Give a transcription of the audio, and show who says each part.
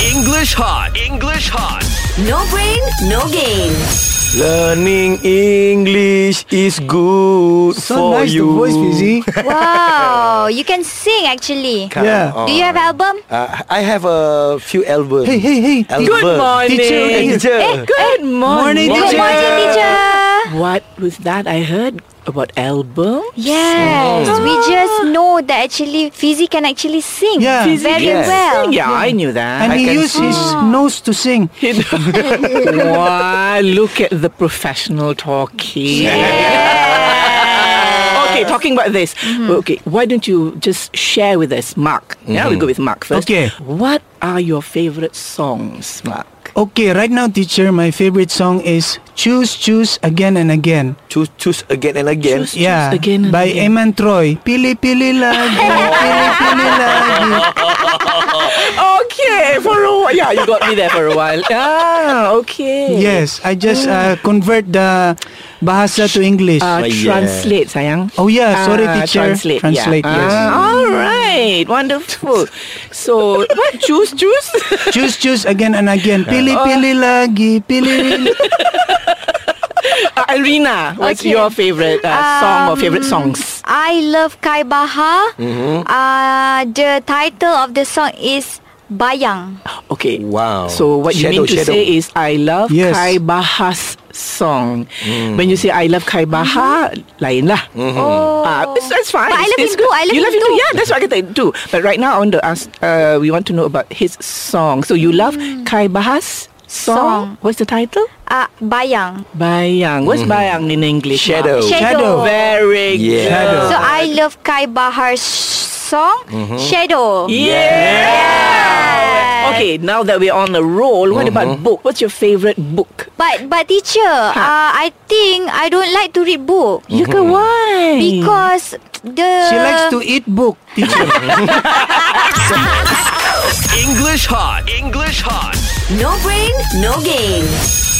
Speaker 1: English hot. English hot.
Speaker 2: No brain, no game.
Speaker 3: Learning English is good
Speaker 4: So
Speaker 3: for
Speaker 4: nice
Speaker 3: you.
Speaker 4: the voice, Fizi.
Speaker 5: Wow, you can sing actually.
Speaker 4: yeah.
Speaker 5: Do you have album?
Speaker 3: Oh, Uh, I have a few albums.
Speaker 4: Hey, hey, hey.
Speaker 3: Album.
Speaker 6: Good morning.
Speaker 3: Teacher,
Speaker 6: Eh,
Speaker 3: teacher.
Speaker 6: Good
Speaker 4: Morning,
Speaker 6: morning.
Speaker 5: Good
Speaker 4: teacher.
Speaker 5: morning, teacher.
Speaker 6: What was that I heard about album?
Speaker 5: Yes, we
Speaker 4: Mm.
Speaker 5: just know that actually Fizi can actually sing
Speaker 4: Yeah. Fizi
Speaker 5: very
Speaker 3: can
Speaker 5: well.
Speaker 6: Yeah, I knew that.
Speaker 4: And he
Speaker 3: can
Speaker 4: used
Speaker 3: see.
Speaker 4: his nose to sing.
Speaker 6: wow, look at the professional talking. Okay, talking about this. Okay, why don't you just share with us, Mark? Yeah, we go
Speaker 3: Mm-hmm.
Speaker 6: with Mark first.
Speaker 4: Okay.
Speaker 6: What are your favorite songs, Mark?
Speaker 4: Okay, right now, teacher, my favorite song is Choose, Choose Again and Again.
Speaker 3: Choose, choose again and again.
Speaker 6: Choose
Speaker 4: Yeah,
Speaker 6: Again and
Speaker 4: by
Speaker 6: Again.
Speaker 4: Eman Troy. Pili pili lagi, pili pili lagi.
Speaker 6: Okay, for a while. Yeah, you got me there for a while. Ah, okay.
Speaker 4: Yes, I just uh, convert the bahasa to English.
Speaker 6: Uh,
Speaker 3: Oh, yeah.
Speaker 6: Translate, sayang.
Speaker 4: oh yeah, sorry
Speaker 6: Ah,
Speaker 4: teacher.
Speaker 6: Translate.
Speaker 4: Translate,
Speaker 6: yeah.
Speaker 4: yes.
Speaker 6: Ah, all right. Wonderful. So, what? Juice, juice?
Speaker 4: Choose, choose again and again. Pili
Speaker 6: Oh.
Speaker 4: pili lagi, pili.
Speaker 6: Uh, Irina, what's
Speaker 5: Okay. Um,
Speaker 6: your favorite uh, song or favorite songs?
Speaker 5: I love Kai Baha.
Speaker 4: Mm-hmm.
Speaker 5: Uh, the title of the song is Bayang.
Speaker 6: Okay.
Speaker 3: Wow.
Speaker 6: So, what you
Speaker 3: Shadow,
Speaker 6: mean to
Speaker 3: shadow.
Speaker 6: say is, I love
Speaker 4: Yes.
Speaker 6: Kai Baha's song.
Speaker 3: Mm.
Speaker 6: When you say, I love Kai Baha, lain lah.
Speaker 3: Mm-hmm.
Speaker 5: Oh.
Speaker 6: Uh, it's, that's fine.
Speaker 5: Mm-hmm. But I
Speaker 6: It's-
Speaker 5: love
Speaker 6: it's
Speaker 5: him too. I love him
Speaker 6: you love him
Speaker 5: too.
Speaker 6: Yeah, that's what I can do. But right now, I want to ask. Uh, we want to know about his song. So you love Kai Baha's song.
Speaker 5: Mm. Song.
Speaker 6: What's the title?
Speaker 5: uh, Bayang.
Speaker 6: Bayang. What's Bayang in English?
Speaker 3: Mm-hmm. Shadow.
Speaker 5: Shadow.
Speaker 4: Oh. Shadow.
Speaker 6: Very
Speaker 3: Yeah.
Speaker 6: good.
Speaker 4: Shadow. Mm-hmm.
Speaker 5: So I love Kai Bahar's song Shadow.
Speaker 6: Yeah. Oh, Okay, now that we're on the roll, what about book? What's your favorite book?
Speaker 5: But but teacher,
Speaker 4: Ha.
Speaker 5: uh, I think I don't like to read book
Speaker 6: You can why?
Speaker 5: because the
Speaker 4: She likes to eat book, teacher.
Speaker 1: English hot. English hot.
Speaker 2: No brain, no game.